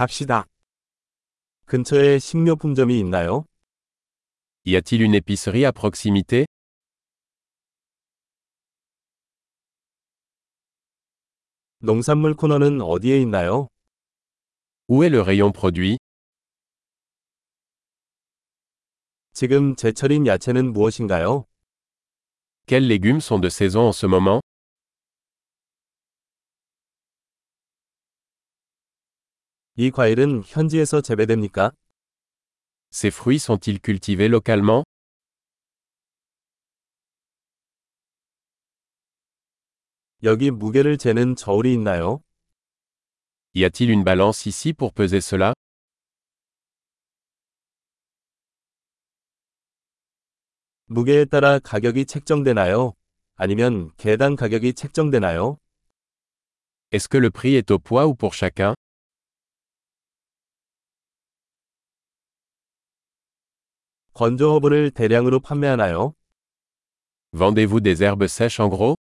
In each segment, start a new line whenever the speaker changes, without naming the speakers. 갑시다. 근처에 식료품점이 있나요?
Y a-t-il une épicerie à proximité
농산물 코너는 어디에 있나요?
Où est le rayon produit
지금 제철인 야채는 무엇인가요?
Quels légumes sont de saison en ce moment
이 과일은 현지에서 재배됩니까?
Ces fruits sont-ils cultivés localement
여기 무게를 재는 저울이 있나요?
Y a-t-il une balance ici pour peser cela
무게에 따라 가격이 책정되나요? 아니면 개당 가격이 책정되나요?
Est-ce que le prix est au poids ou pour chacun
건조 허브를 대량으로 판매하나요?
Vendez-vous des herbes sèches en gros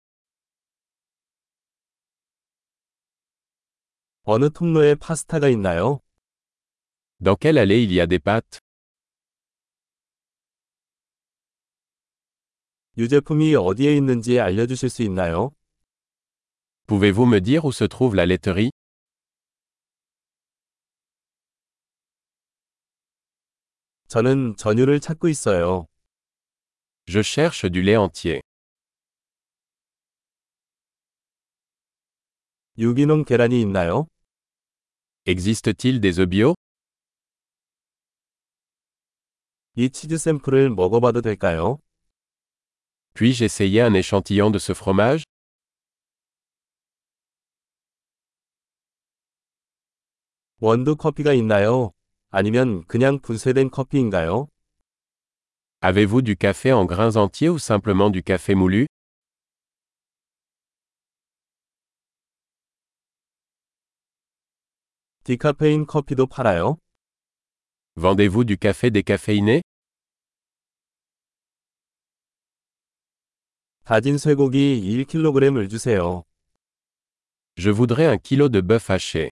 어느 통로에 파스타가 있나요?
Dans quelle allée il y a des pâtes
유제품이 어디에 있는지 알려주실 수 있나요?
Pouvez-vous me dire où se trouve la laiterie
저는 전유를 찾고 있어요.
Je cherche du lait entier.
유기농 계란이 있나요?
Existe-t-il des œufs bio
이 치즈 샘플을 먹어봐도 될까요?
Puis-je essayer un échantillon de ce fromage
원두 커피가 있나요? 아니면 그냥 분쇄된 커피인가요?
Avez-vous du café en grains entiers ou simplement du café moulu
디카페인 커피도 팔아요?
Vendez-vous du café décaféiné
다진 쇠고기 1kg을 주세요.
Je voudrais un kilo de bœuf haché.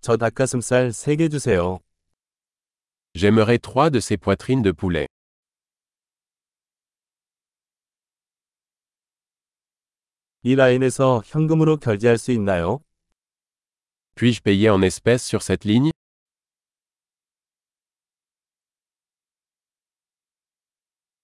저 닭가슴살 3개 주세요.
J'aimerais trois de ces poitrines de poulet.
이 라인에서 현금으로 결제할 수 있나요?
Puis-je payer en espèces sur cette ligne